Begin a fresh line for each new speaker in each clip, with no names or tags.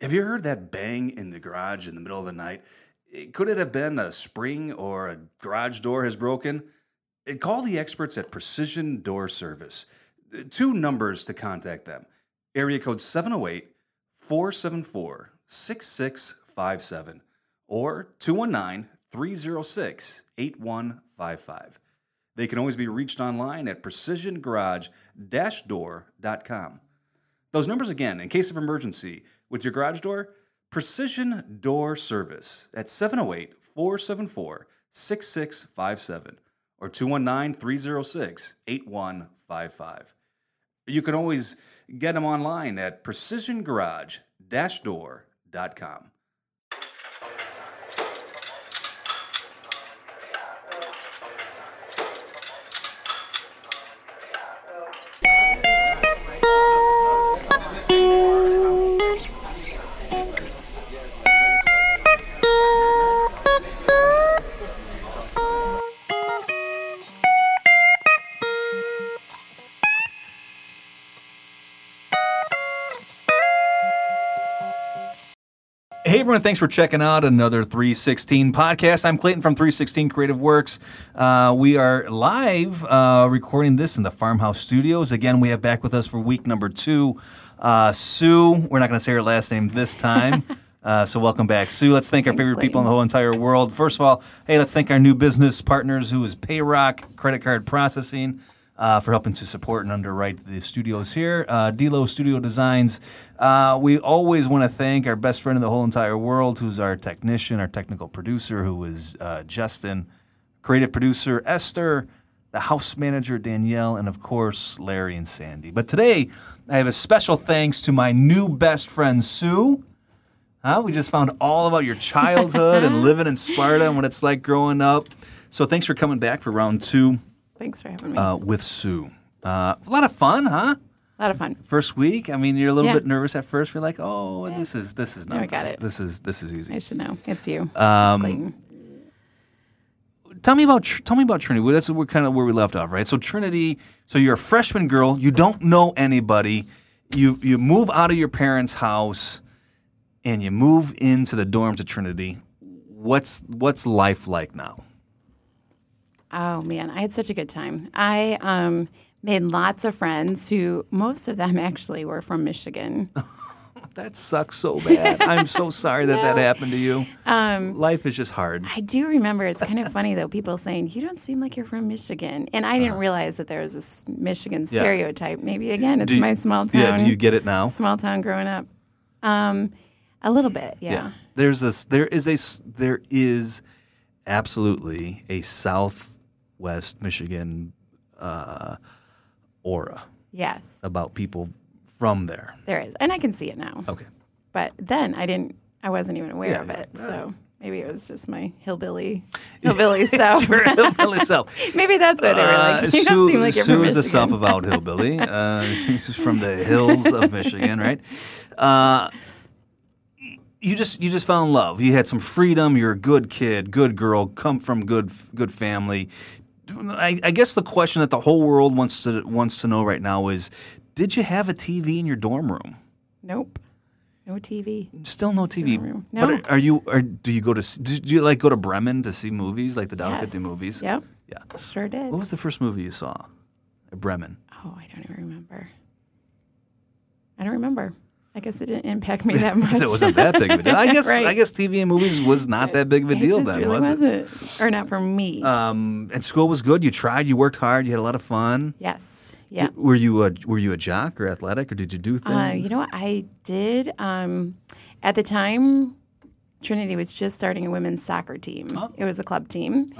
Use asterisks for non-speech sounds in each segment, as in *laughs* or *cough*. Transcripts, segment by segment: Have you heard that bang in the garage in the middle of the night? It- could it have been a spring or a garage door has broken? Uh, Call the experts at Precision Door Service. Uh, Two numbers to contact them area code 708 474 6657 or 219 306 8155. They can always be reached online at precisiongarage-door.com. Those numbers again, in case of emergency, with your garage door, Precision Door Service at 708 474 6657 or 219 306 8155. You can always get them online at precisiongarage-door.com.
Hey everyone, thanks for checking out another 316 podcast. I'm Clayton from 316 Creative Works. Uh, we are live uh, recording this in the farmhouse studios. Again, we have back with us for week number two, uh, Sue. We're not going to say her last name this
*laughs*
time. Uh, so welcome back, Sue. Let's thank our favorite people in the whole entire world. First of all, hey, let's thank our new business partners, who is PayRock Credit Card Processing uh, for helping to support and underwrite the studios here. Uh, Delo Studio Designs. Uh, we always want to thank our best friend in the whole entire world, who's our technician, our technical producer, who is uh, Justin, creative producer Esther, the house manager Danielle, and of course Larry and Sandy. But today, I have a special thanks to my new best friend Sue. Huh? We just found all about your childhood
*laughs*
and living in Sparta and what it's like growing up. So thanks for coming back for round two
Thanks for having me.
uh, with Sue. Uh, a lot of fun, huh?
a lot of fun.
First week. I mean, you're a little
Yeah.
bit nervous at first. You're like, oh, this is this is not.
we got
bad.
it.
This is this is easy.
I should know. It's you.
Um,
Clayton.
tell me about tell me about Trinity. Well, That's what kind of where we left off, right? So Trinity. So you're a freshman girl. You don't know anybody. You you move out of your parents' house, and you move into the dorms at Trinity. What's what's life like now?
Oh man, I had such a good time. I um, made lots of friends who most of them *laughs* actually were from Michigan.
That sucks so *laughs* bad. I'm so sorry that that happened to you.
Um,
life is just hard.
I do remember it's kind of funny though people saying you don't seem like you're from Michigan, and I
Uh-huh.
didn't realize that there was this Michigan stereotype. Maybe again, it's
Do you-
my small town.
Yeah. Do you get it now?
small town growing up? Um, a little bit, yeah.
Yeah. There's this. There is a. s- There is absolutely a Southwest Michigan uh, aura
Yes,
about people from there.
there is, and I can see it now.
Okay.
But then I didn't. I wasn't even aware
Yeah,
of
yeah.
it. So maybe it was just my
*laughs*
hillbilly, hillbilly self. *laughs*
You're a hillbilly self.
maybe that's why they were
Uh,
like, *laughs* you don't seem like you're
Sue
from
is the
Michigan.
self avowed
*laughs*
hillbilly. Uh, she's from the hills of Michigan, right? Uh, you just you just fell in love. You had some freedom. You're a good kid, good girl. Come from good good family. I, I guess the question that the whole world wants to wants to know right now is, did you have a TV in your dorm room?
Nope. No TV.
Still no TV.
room.
But
No.
are, are you? Are, do you go to? s- Do you like go to Bremen to see movies like the dollar fifty
Yes.
movies?
Yep.
Yeah.
Sure did.
What was the first movie you saw? Bremen.
Oh, I don't even remember. I don't remember. I guess it didn't impact me
*laughs*
that much.
So it wasn't
*laughs*
that big of a deal. I guess
Right.
I guess TV and movies was not that big of a
*laughs* It
deal
just
then,
really
was it?
wasn't. Or not for me.
Um, and school was good. You tried. You worked hard. You had a lot of fun.
yes. Yeah.
D- Were you a were you a jock or athletic or did you do things?
Uh, you know what I did um, at the time. Trinity was just starting a women's soccer team.
Oh.
It was a club team.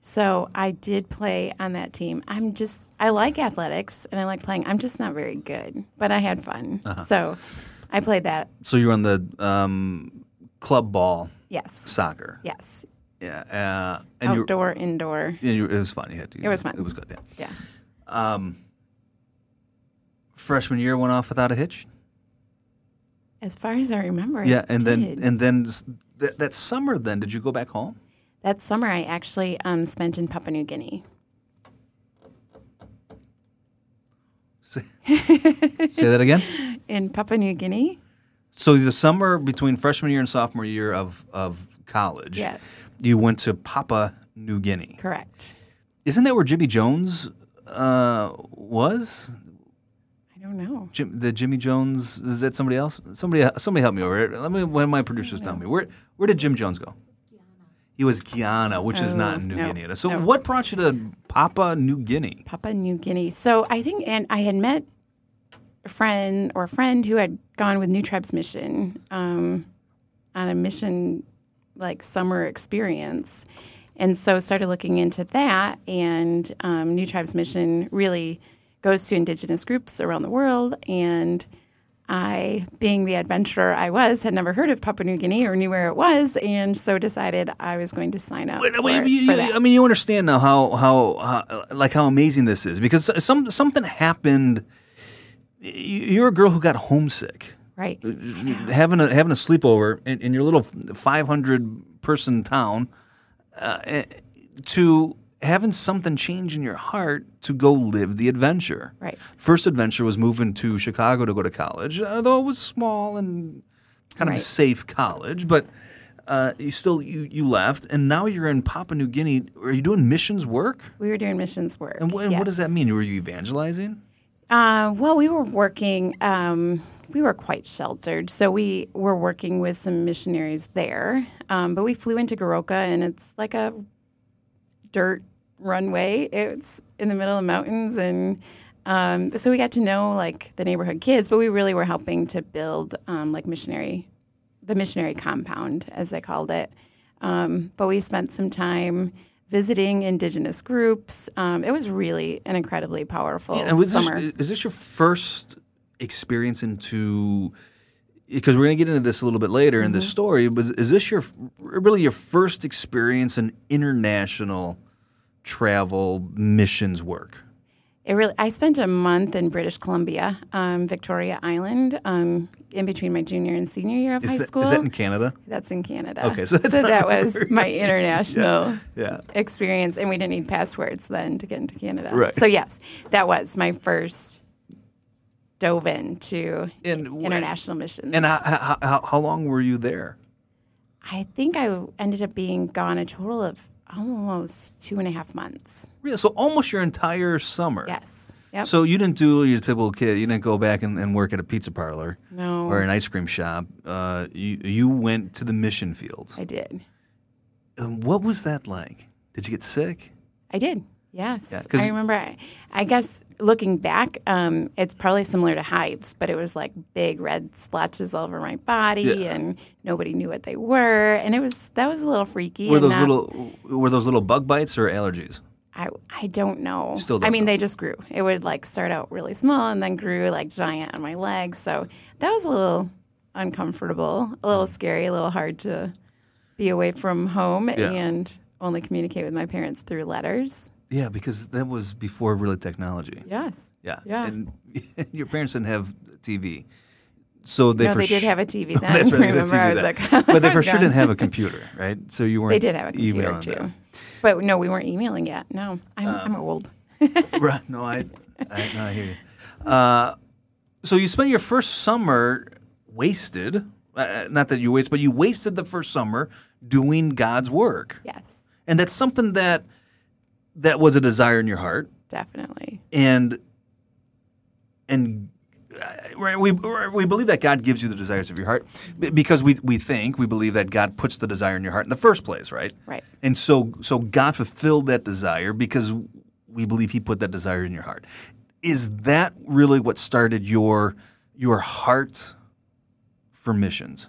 So I did play on that team. I'm just I like athletics and I like playing. I'm just not very good, but I had fun.
Uh-huh.
So I played that.
so you were on the um, club ball
Yes.
soccer.
Yes.
Yeah. Uh, and you,
Outdoor, indoor.
and you it was fun. You had to,
It was fun.
It was good. Yeah.
Yeah.
Um, freshman year went off without a hitch.
As far as I remember. it
yeah, and then
did.
and then s- that, that summer then did you go back home?
that summer I actually um, spent in Papua New Guinea.
Say, say that again.
*laughs* In Papua New Guinea.
So the summer between freshman year and sophomore year of of college,
Yes,
you went to Papua New Guinea.
correct.
Isn't that where Jimmy Jones uh, was?
I don't know.
Jim, the Jimmy Jones is that somebody else? Somebody, somebody help me over here. Let me. When my producers tell me where where did Jim Jones go? He was Guyana, which is not
Oh,
in New
no,
Guinea. So
no.
what brought you to Papua New Guinea?
Papua New Guinea. So I think, and I had met a friend or a friend who had gone with New Tribes Mission um, on a mission like summer experience. And so started looking into that. And um, New Tribes Mission really goes to indigenous groups around the world. And I, being the adventurer I was, had never heard of Papua New Guinea or knew where it was. And so decided I was going to sign up.
Wait,
for,
wait,
it-
you-
for
you- um,
that.
I mean, you understand now how, how how like how amazing this is because some something happened. Y- You're a girl who got homesick,
right.
having a having a sleepover in, in your little 500 person town, uh, eh, to having something change in your heart to go live the adventure.
Right.
First adventure was moving to Chicago to go to college, although it was small and kind of a
Right.
safe college, but uh, you still you, you left, and now you're in Papua New Guinea. Are you doing missions work?
We were doing missions work.
And, wh- and what does
yes.
that mean? Were you evangelizing?
Uh, well, we were working. Um, we were quite sheltered, so we were working with some missionaries there. Um, but we flew into Goroka, and it's like a dirt runway. It's in the middle of mountains, and um, so we got to know like the neighborhood kids. But we really were helping to build um, like missionary, the missionary compound, as they called it. Um, but we spent some time visiting indigenous groups. Um, it was really an incredibly powerful
and was
summer.
This, is this your first experience into? Because we're going to get into this a little bit later in
Mm-hmm.
this story. Was is this your really your first experience in international travel missions work?
It really. I spent a month in British Columbia, um, Victoria Island, um, in between my junior and senior year of
Is
high
that,
school.
is that in Canada?
That's in Canada.
Okay, so that's not *laughs*
that was my international
Yeah.
experience, and we didn't need passwords then to get into Canada.
Right.
So yes, that was my first dove into
And wh-
international missions.
And how, how, how, how long were you there?
I think I ended up being gone a total of almost two and a half months.
Really? So almost your entire summer.
Yes. Yep.
So you didn't do your typical kid. You didn't go back and, and work at a pizza parlor
no,
or an ice cream shop. Uh, you you went to the mission field.
I did.
And what was that like? Did you get sick?
I did. Yes.
Yeah, 'cause-
I remember. I, I guess looking back, um, it's probably similar to hives, but it was like big red splotches all over my body,
Yeah.
and nobody knew what they were, and it was that was a little freaky.
Were
and
those
not-
little were those little bug bites or allergies?
I I don't know.
Still
I
don't
mean,
know.
they just grew. It would like start out really small and then grew like giant on my legs. So that was a little uncomfortable, a
Mm.
little scary, a little hard to be away from home
Yeah.
and only communicate with my parents through letters.
Yeah, because that was before really technology.
Yes.
Yeah.
Yeah.
And *laughs* your parents didn't have TV, so they
no,
for
they did
su- *laughs*
have a *laughs* TV then.
That's right, they had a
*laughs* Remember, I
TV
was
then. *laughs*
like,
but they
I
for
was
sure
done.
didn't have a computer, right? So you weren't.
They did have a computer
emailing
too,
them.
but no, we weren't emailing yet. No, I'm,
Oh.
I'm old.
right. No, I, I, no, I hear you. Uh, so you spent your first summer wasted. Uh, not that you wasted, but you wasted the first summer doing God's work,
Yes,
and that's something that that was a desire in your heart,
definitely.
and and uh, right, we we believe that God gives you the desires of your heart b- because we we think we believe that God puts the desire in your heart in the first place, right?
Right.
And so so God fulfilled that desire because we believe he put that desire in your heart. Is that really what started your your heart for missions?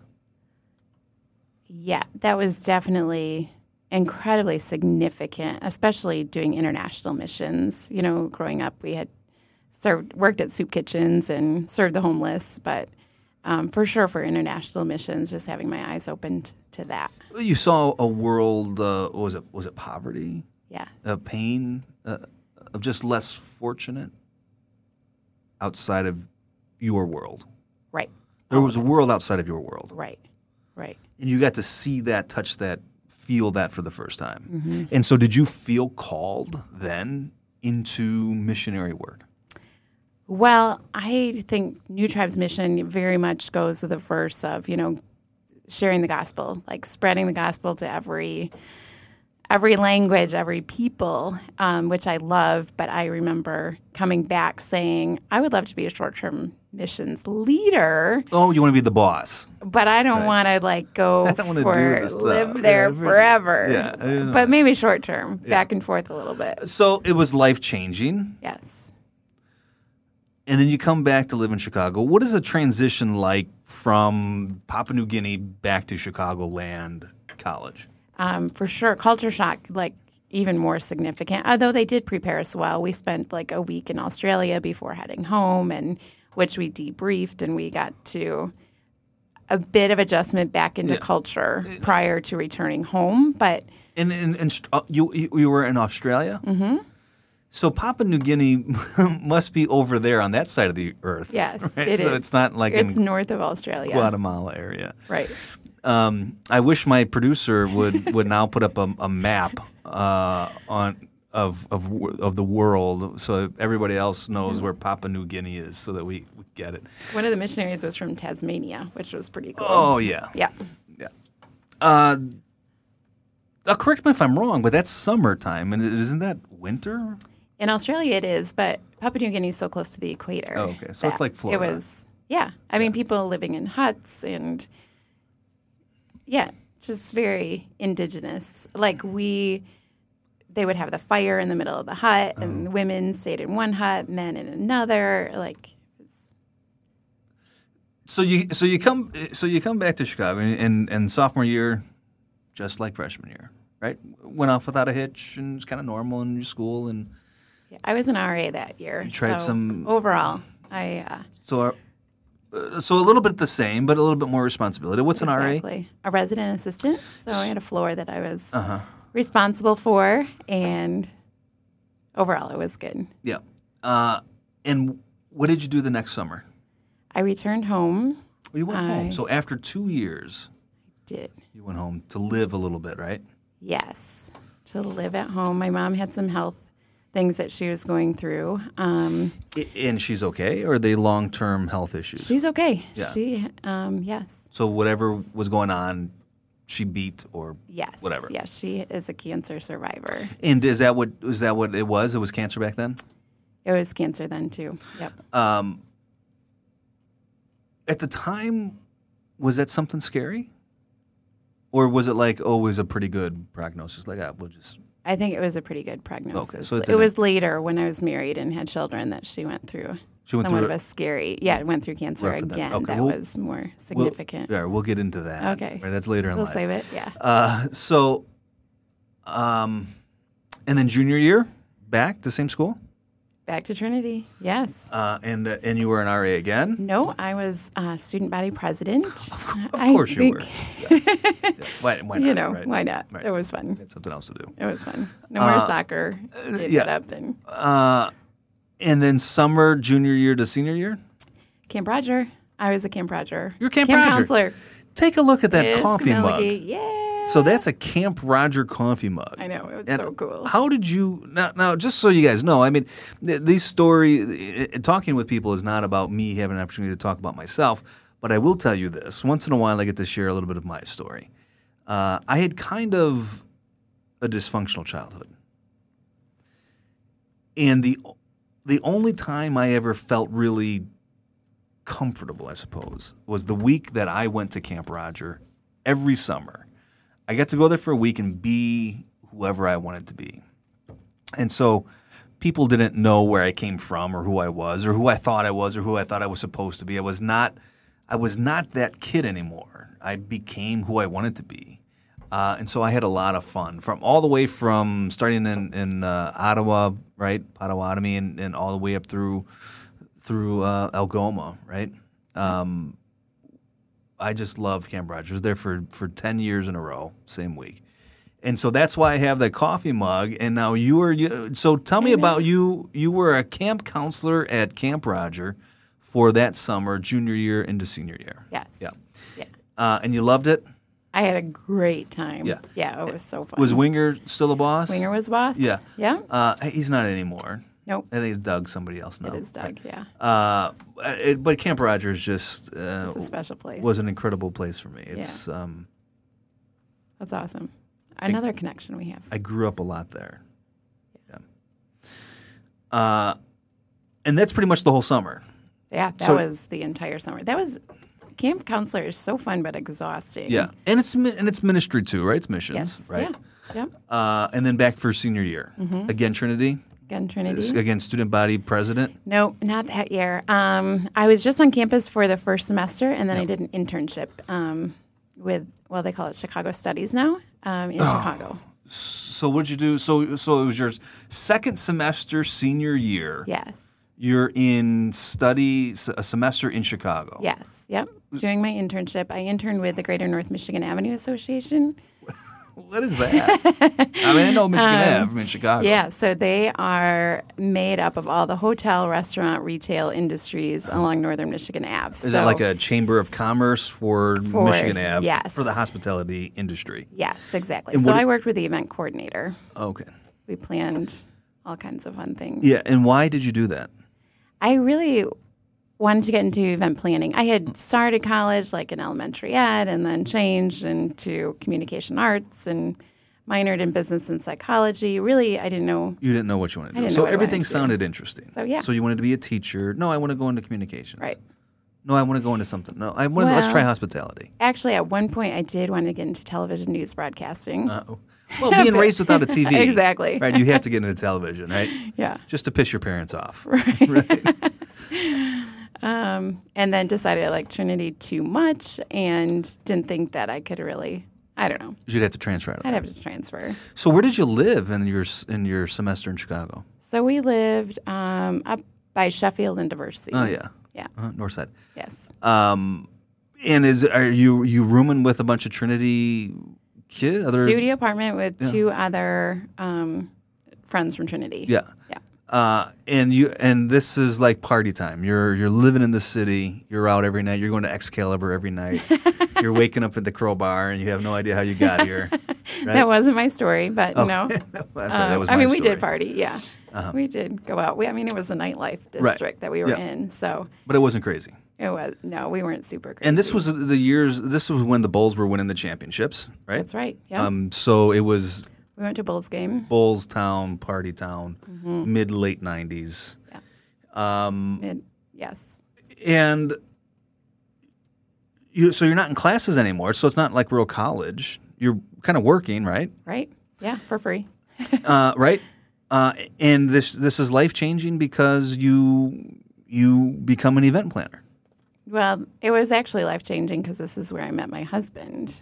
Yeah, that was definitely incredibly significant, especially doing international missions. You know, growing up, we had served, worked at soup kitchens and served the homeless, but um, for sure for international missions, just having my eyes opened to that.
You saw a world uh, was it was it poverty,
Yeah.
uh, pain uh, of just less fortunate outside of your world.
Right.
There was a world outside of your world,
Right. Right.
and you got to see that, touch that, feel that for the first time.
Mm-hmm.
And so, did you feel called then into missionary work?
Well, I think New Tribe's mission very much goes with the verse of, you know, sharing the gospel, like spreading the gospel to every every language, every people, um, which I love. But I remember coming back saying, I would love to be a short term missions leader,
Oh, you want to be the boss?
but I don't
Right.
want to like go
*laughs* I don't wanna do
for
this stuff.
live
*laughs*
there
Yeah,
forever.
yeah, I don't know.
but maybe short term, back and forth a little bit.
So it was life changing,
Yes.
and then you come back to live in Chicago. What is a transition like from Papua New Guinea back to Chicagoland College?
um, for sure. Culture shock, like even more significant. Although they did prepare us well. We spent like a week in Australia before heading home, and which we debriefed, and we got to a bit of adjustment back into culture prior to returning home. But
And and, and st- uh, you you you were in Australia. Mm-hmm. So Papua New Guinea *laughs* must be over there on that side of the earth.
yes,
right?
it is.
so it's not like
it's
in
north of Australia,
Guatemala area.
right?
um, I wish my producer would would now put up a, a map uh, on of of wor- of the world so everybody else knows where Papua New Guinea is so that we, we get it.
One of the missionaries was from Tasmania, which was pretty cool.
Oh yeah.
Yeah,
Uh, uh, correct me if I'm wrong, but that's summertime, and isn't that winter?
in Australia it is, but Papua New Guinea is so close to the equator.
Oh, okay. So it's
that
like Florida.
It was, yeah. I mean, people living in huts and, yeah, just very indigenous. Like we, they would have the fire in the middle of the hut,
Oh.
and women stayed in one hut, men in another. Like,
So you so you come so you come back to Chicago and and, and sophomore year, just like freshman year, right? Went off without a hitch and it's kind of normal in your school and.
I was an RA that year. You
tried
so
some-
overall. I uh,
So, uh, so a little bit the same, but a little bit more responsibility. What's an RA?
exactly a resident assistant, so I had a floor that I
Oh.
was
Uh-huh.
responsible for, and overall it was good.
Yeah. Uh, and what did you do the next summer?
I returned home.
Well, you went
I-
home. So after two years,
Did
you went home to live a little bit, right?
Yes, to live at home. My mom had some health things that she was going through. Um,
I- and she's okay, or are they long-term health issues?
she's okay.
Yeah.
She, um, yes,
so whatever was going on, she beat or.
yes,
Whatever.
Yeah, she is a cancer survivor.
And is that what is that what it was? It was cancer back then.
It was cancer then too. Yep.
Um, at the time, was that something scary? Or was it like always a pretty good prognosis? Like, ah, we'll just
I think it was a pretty good prognosis.
so it
it
didn't-
was later when I was married and had children that she went through
she went through
somewhat of a scary. Yeah, went through cancer
Rougher than-
again.
okay,
that
well-
was more
we'll-
significant.
yeah, we'll get into that.
Okay.
right, that's later in
We'll
life.
save it. Yeah.
Uh, so, um, and then junior year, back to same school,
Back to Trinity. Yes.
uh, and uh, and you were an RA again.
No, I was uh, student body president. Of,
Of course you were.
*laughs*
Yeah. Yeah. Why, why not?
you know,
right?
why not?
Right.
It was fun.
Had something else to do.
It was fun. No more soccer. It
yeah.
yeah. up in
Uh, and then summer, junior year to senior year.
Camp Roger. I was a Camp Roger.
You're a Camp
camp
Roger.
counselor.
Take a look at that
Miss
coffee mug.
Kamiliki. Yeah.
So that's a Camp Roger coffee mug.
I know. It was
And
so cool.
How did you now? Now, just so you guys know, I mean, th- these story i- i- talking with people is not about me having an opportunity to talk about myself. But I will tell you this: once in a while, I get to share a little bit of my story. Uh, I had kind of a dysfunctional childhood, and the o- the only time I ever felt really comfortable, I suppose, was the week that I went to Camp Roger every summer. I got to go there for a week and be whoever I wanted to be. And so people didn't know where I came from or who I was or who I thought I was or who I thought I was supposed to be. I was not I was not that kid anymore. I became who I wanted to be. Uh, and so I had a lot of fun from all the way from starting in, in uh, Ottawa, right, Potawatomi, and, and all the way up through through uh, Algoma, right? Um, I just loved Camp Rogers. Was there for for ten years in a row, same week, and so that's why I have that coffee mug. And now you are you. So tell me about you. You were a camp counselor at Camp Roger for that summer, junior year into senior year,
yes.
yeah.
Yeah.
uh, and you loved it.
I had a great time.
Yeah.
Yeah. It was so fun.
Was Winger still a boss?
Winger was boss.
Yeah.
Yeah.
Uh, he's not anymore.
Nope.
I think it's Doug, somebody else now.
It is Doug, yeah.
Uh, it, but Camp Rogers just uh,
It's a special place.
was an incredible place for me. It's um,
That's awesome. Another connection we have.
I grew up a lot there. Yeah. Uh, and that's pretty much the whole summer.
yeah, that
so-
was the entire summer. That was camp counselor is so fun but exhausting.
Yeah, and it's mi- and it's ministry too, right? It's missions,
Yes.
right?
Yeah. Yep.
Uh, and then back for senior year
Mm-hmm.
again, Trinity.
Again, Trinity.
It's Again, student body president.
No, not that year. Um, I was just on campus for the first semester, and then I did an internship um, with, well, they call it Chicago Studies now um, in
Ah.
Chicago.
So what did you do? So so it was your second semester senior year.
Yes.
You're in study s- a semester in Chicago.
Yes. Yep. Doing my internship, I interned with the Greater North Michigan Avenue Association.
What is that? I mean, I
*laughs*
know Michigan Ave. I'm in Chicago.
Um, Yeah, so they are made up of all the hotel, restaurant, retail industries along northern Michigan Ave.
Uh-huh. Is that like a chamber of commerce for,
For-
Michigan Ave
yes.
for the hospitality industry?
Yes, exactly.
And
So
what-
I worked with the event coordinator.
Okay.
We planned all kinds of fun things.
Yeah, and why did you do that?
I really wanted to get into event planning. I had started college like in elementary ed and then changed into communication arts and minored in business and psychology. Really, I didn't know.
You didn't know what you wanted to
I
do.
didn't know
So
what I wanted
everything
to do.
sounded interesting.
So, yeah.
So you wanted to be a teacher. No, I want to go into communications.
Right.
No, I want to go into something. No, I want to, let's
Well-
try
*laughs*
hospitality.
Actually, at one point, I did want to get into television news broadcasting.
Uh-oh. Well, Uh, being raised without
*laughs*
a TV.
Exactly.
Right, you have to get into television, right?
Yeah.
Just to piss your parents
*laughs*
off.
Um, And then decided I liked Trinity too much and didn't think that I could really, I don't know,
You'd have to transfer out of
I'd
there.
have to transfer.
So where did you live in your s- in your semester in Chicago?
So we lived um, up by Sheffield and Diversity.
Oh yeah.
Yeah.
Uh, north side.
Yes.
Um, and is are you you rooming with a bunch of Trinity kids? Other
studio apartment with two other um, friends from Trinity.
Yeah.
Yeah.
Uh, and you and this is like party time. You're you're living in the city. You're out every night. You're going to Excalibur every night.
*laughs*
you're waking up at the crowbar and you have no idea how you got here.
That wasn't my story, but *laughs* no.
Oh. *laughs* That's right, that
Um,
was
I
my
mean, we
story. Uh-huh.
did party. Yeah. We did go out. We, I mean, it was the nightlife district that we were
Yeah.
in. So
but it wasn't crazy.
it was, no, we weren't super crazy.
And this was the years. This was when the Bulls were winning the championships, right?
That's right. Yeah.
Um, so it was
we went to Bulls game
Bulls town, party town,
Mm-hmm.
mid late '90s. Um,
and yes.
and you so you're not in classes anymore so it's not like real college you're kind of working
*laughs*
right
Right. Yeah. For free.
uh, right uh, and this this is life changing because you you become an event planner
Well, it was actually life changing because this is where I met my husband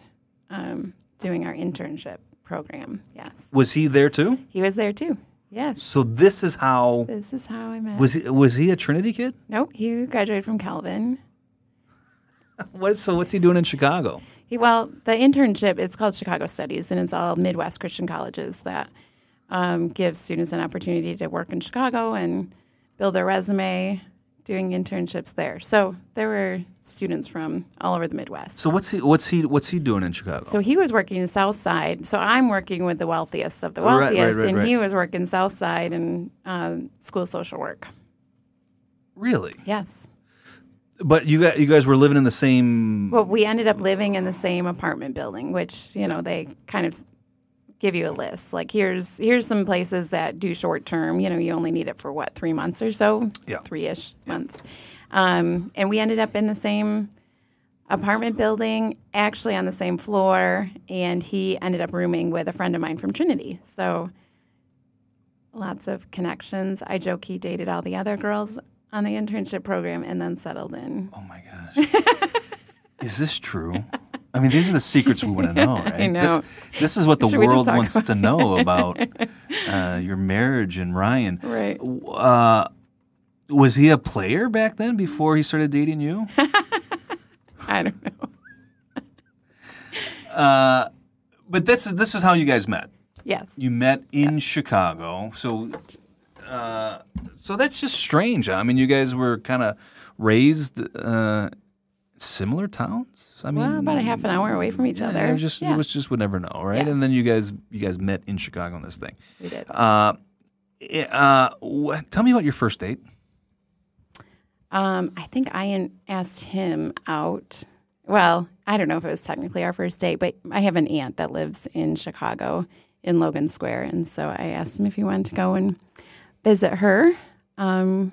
um, doing our internship program. Yes.
was he there too
He was there too. Yes.
so this is how
This is how I met.
was he, was he a trinity kid
Nope, he graduated from Calvin.
what so what's he doing in chicago
He, well, the internship it's called Chicago Studies, and it's all Midwest Christian colleges that um, give students an opportunity to work in Chicago and build their resume, doing internships there. So there were students from all over the Midwest.
so what's he what's he what's he doing in chicago
So he was working in South Side. So I'm working with the wealthiest of the
Right, right,
wealthiest,
right,
and
right.
he was working South Side and um, school social work.
really
Yes.
but you got you guys were living in the same
Well, we ended up living in the same apartment building, which you know they kind of s- give you a list. Like here's here's some places that do short term. You know, you only need it for what three months or so,
Yeah.
three ish months. Um, and we ended up in the same apartment building, actually on the same floor. And he ended up rooming with a friend of mine from Trinity. So lots of connections. I joke he dated all the other girls on the internship program and then settled in.
Oh my gosh. *laughs* is this true? I mean, these are the secrets we want to
*laughs*
know, right?
know.
This, this is what the
Should we just
world
talk
wants to know
*laughs*
about uh, your marriage and Ryan.
Right.
Uh, was he a player back then before he started dating
*laughs*
you?
I don't know.
Uh, but this is this is how you guys met.
Yes.
You met in Chicago, so uh, so that's just strange. I mean, you guys were kind of raised uh, similar towns. I mean,
Well, about a half an hour away from each
Yeah,
other.
It just
yeah,
it was just would never know, right? And then you guys you guys met in Chicago on this thing.
we did.
Uh, Uh, wh- tell me about your first date.
Um, I think I an- asked him out. Well, I don't know if it was technically our first date, but I have an aunt that lives in Chicago in Logan Square. And so I asked him if he wanted to go and visit her um,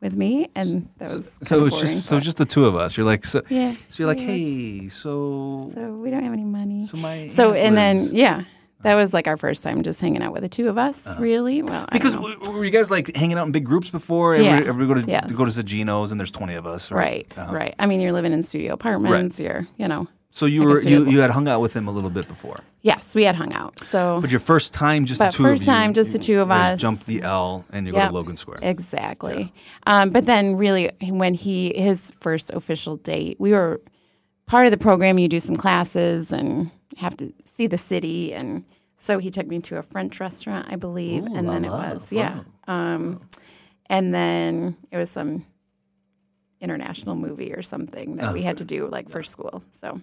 with me. And that was
So it was
boring,
just so
but-
just the two of us. You're like so.
Yeah.
So you're like,
Yeah.
hey, so
So we don't have any money.
so my
So
aunt
and then
lives." Uh-huh.
yeah, that was like our first time just hanging out with the two of us. Really? Well, I
because
don't know.
w- were you guys like hanging out in big groups before?
Yeah.
Everybody, everybody go to
Yes.
go to Zagino's and there's twenty of us, right?
right, right. I mean, you're living in studio apartments. You're, you know.
So you
I
were
guess we
you,
did.
you had hung out with him a little bit before,
Yes, we had hung out. So
but your first time just
But
the two
first
of you.
time, just the two of
you
us.
Jump the L and you go
Yep.
to Logan Square.
exactly. Um, but then really, when he his first official date, we were part of the program. You do some classes and have to see the city and. So he took me to a French restaurant, I believe,
Ooh,
and
la
then it
la,
was yeah, um, and then it was some international movie or something
Oh,
that we had to do like for school. So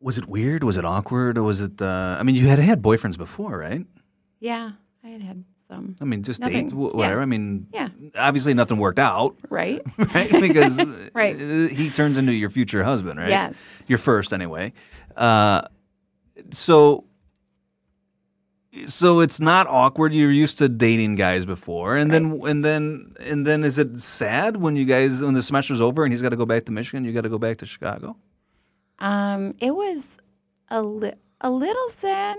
Was it weird? Was it awkward? Or was it? Uh, I mean, you had had boyfriends before, right?
yeah, I had had some
I mean, just
Nothing.
dates, wh- whatever.
Yeah.
I mean,
Yeah.
obviously nothing worked out,
*laughs* right.
right? Because uh,
*laughs* Right.
he turns into your future husband, *laughs* right?
Yes.
Your first, anyway. Uh, so, so it's not awkward. You're used to dating guys before, and then and then and then is it sad when you guys when the semester's over and he's got to go back to Michigan? You got to go back to Chicago.
Um, it was a li- a little sad,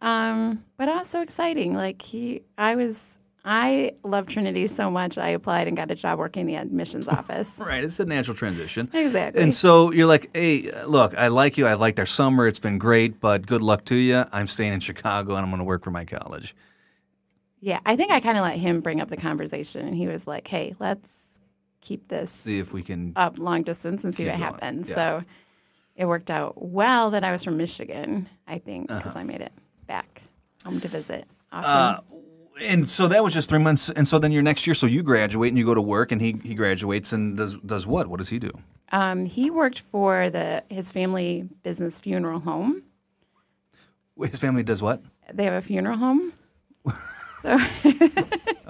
um, but also exciting. Like he, I was, I love Trinity so much. I applied and got a job working in
*laughs*
the admissions office.
Right. It's a natural transition.
Exactly.
And so you're like, hey, look, I like you. I liked our summer. It's been great, but good luck to you. I'm staying in Chicago and I'm going to work for my college.
yeah, I think I kind of let him bring up the conversation, and he was like, "Hey, let's keep this
See if we can.
up long distance and see
Keep
what
going.
happens."
Yeah.
So it worked out well that I was from Michigan, I think,
Uh-huh.
because I made it back home to visit. Often.
Uh, And so that was just three months. And so then your next year, so you graduate and you go to work, and he, he graduates and does does what? What does he do?
Um, he worked for the his family business funeral home.
His family does what?
They have a funeral home. So *laughs*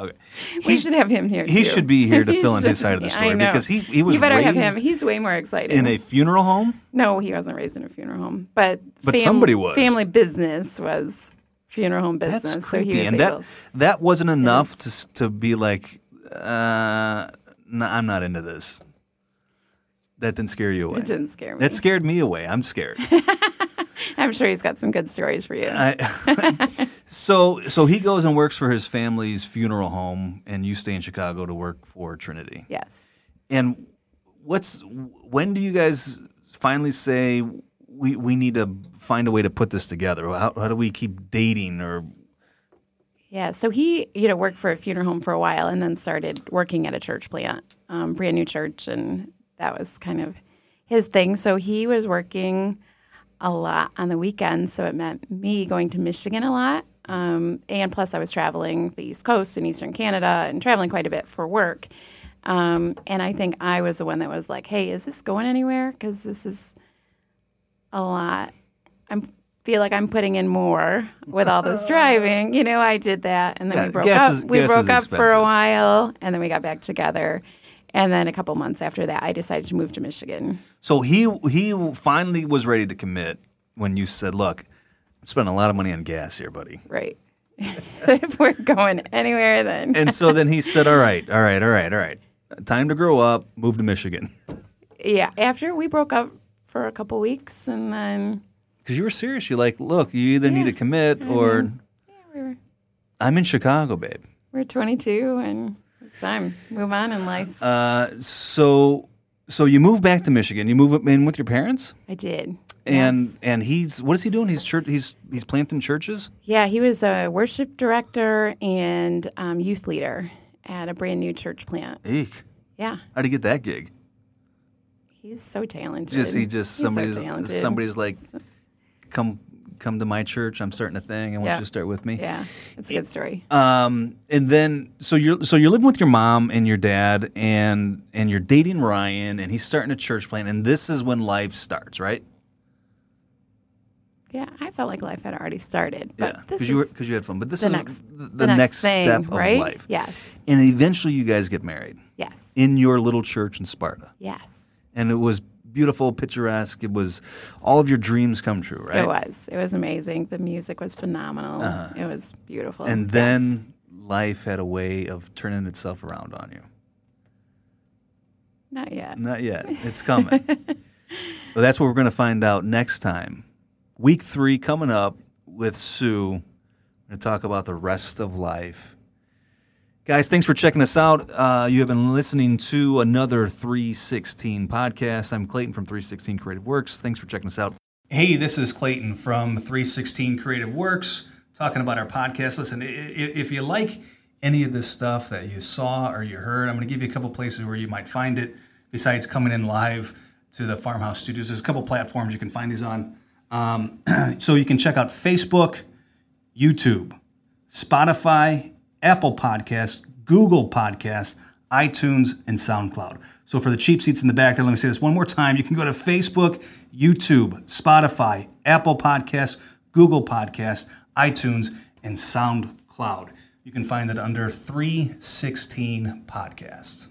Okay.
we should have him here.
He
too.
should be here to
*laughs* He
fill in his
should
side of the
be. I
story
know.
because he, he was
You better have
raised
him. He's way more exciting.
in a funeral home.
no, he wasn't raised in a funeral home, but
But somebody was.
Family business was funeral home business.
That's
so
creepy.
he was
and
able.
that that wasn't enough to s- to be like, uh, no, I'm not into this. That didn't scare you away.
it didn't scare me.
That scared me away. I'm
*laughs*
scared.
I'm sure he's got some good stories for you.
I- *laughs* so so he goes and works for his family's funeral home, and you stay in Chicago to work for Trinity.
yes.
And what's when do you guys finally say we we need to find a way to put this together? How, how do we keep dating or
Yeah, so he, you know, worked for a funeral home for a while and then started working at a church plant, um, brand new church, and that was kind of his thing. So he was working a lot on the weekends, so it meant me going to Michigan a lot, um, and plus I was traveling the East Coast and Eastern Canada and traveling quite a bit for work. Um, and I think I was the one that was like, "Hey, is this going anywhere? Because this is a lot." I'm feel like I'm putting in more with all
*laughs*
this driving. You know, I did that, and then
Yeah,
we broke
gas
up.
is-
we
gas is
broke up for
expensive.
a while, and then we got back together. And then a couple months after that, I decided to move to Michigan.
So he he finally was ready to commit when you said, "Look, I'm spending a lot of money on gas here, buddy."
Right. *laughs* if we're going anywhere, then
And so then he said, "All right, all right, all right, all right. Time to grow up. Move to Michigan." *laughs*
yeah. After we broke up for a couple weeks, and then
Because you were serious. You're like, "Look, you either need to commit or
yeah, we were
I'm in Chicago, babe."
we are 22, and it's time move on in life.
Uh, so so you move back to Michigan. You move in with your parents,
I did.
and
Yes.
and he's what is he doing? He's church. He's he's planting churches.
Yeah, he was a worship director and um, youth leader at a brand new church plant.
Eek.
Yeah,
How'd he get that gig?
he's so talented.
Just he just
He's so
somebody's
talented.
somebody's like, come come to my church. I'm starting a thing. I want
Yeah.
you to start with me.
Yeah, it's a good story.
Um, and then so you're so you're living with your mom and your dad, and and you're dating Ryan, and he's starting a church plan, and this is when life starts, right?
Yeah, I felt like life had already started. But
Yeah,
this
because you were
is
because you had fun. But this
the
is
next-
the,
the, next, thing,
step of
right?
life.
Yes,
And eventually, you guys get married
yes,
in your little church in Sparta,
yes.
and it was beautiful, picturesque. It was all of your dreams come true, right? Uh-huh.
It was. It was amazing. The music was phenomenal. It was beautiful.
And
Yes.
then life had a way of turning itself around on you.
not yet.
Not yet. It's coming. well, that's what we're going to find out next time. Week three coming up with Sue. We're going to talk about the rest of life. Guys, thanks for checking us out. Uh, you have been listening to another 316 podcast. I'm Clayton from 316 Creative Works. Thanks for checking us out. Hey, this is Clayton from 316 Creative Works talking about our podcast. Listen, i- i- if you like any of this stuff that you saw or you heard, I'm going to give you a couple places where you might find it besides coming in live to the Farmhouse Studios. There's a couple platforms you can find these on. Um, *clears throat* so you can check out Facebook, YouTube, Spotify, Apple Podcasts, Google Podcasts, iTunes, and SoundCloud. So for the cheap seats in the back there, let me say this one more time. You can go to Facebook, YouTube, Spotify, Apple Podcasts, Google Podcasts, iTunes, and SoundCloud. You can find it under 316 Podcasts.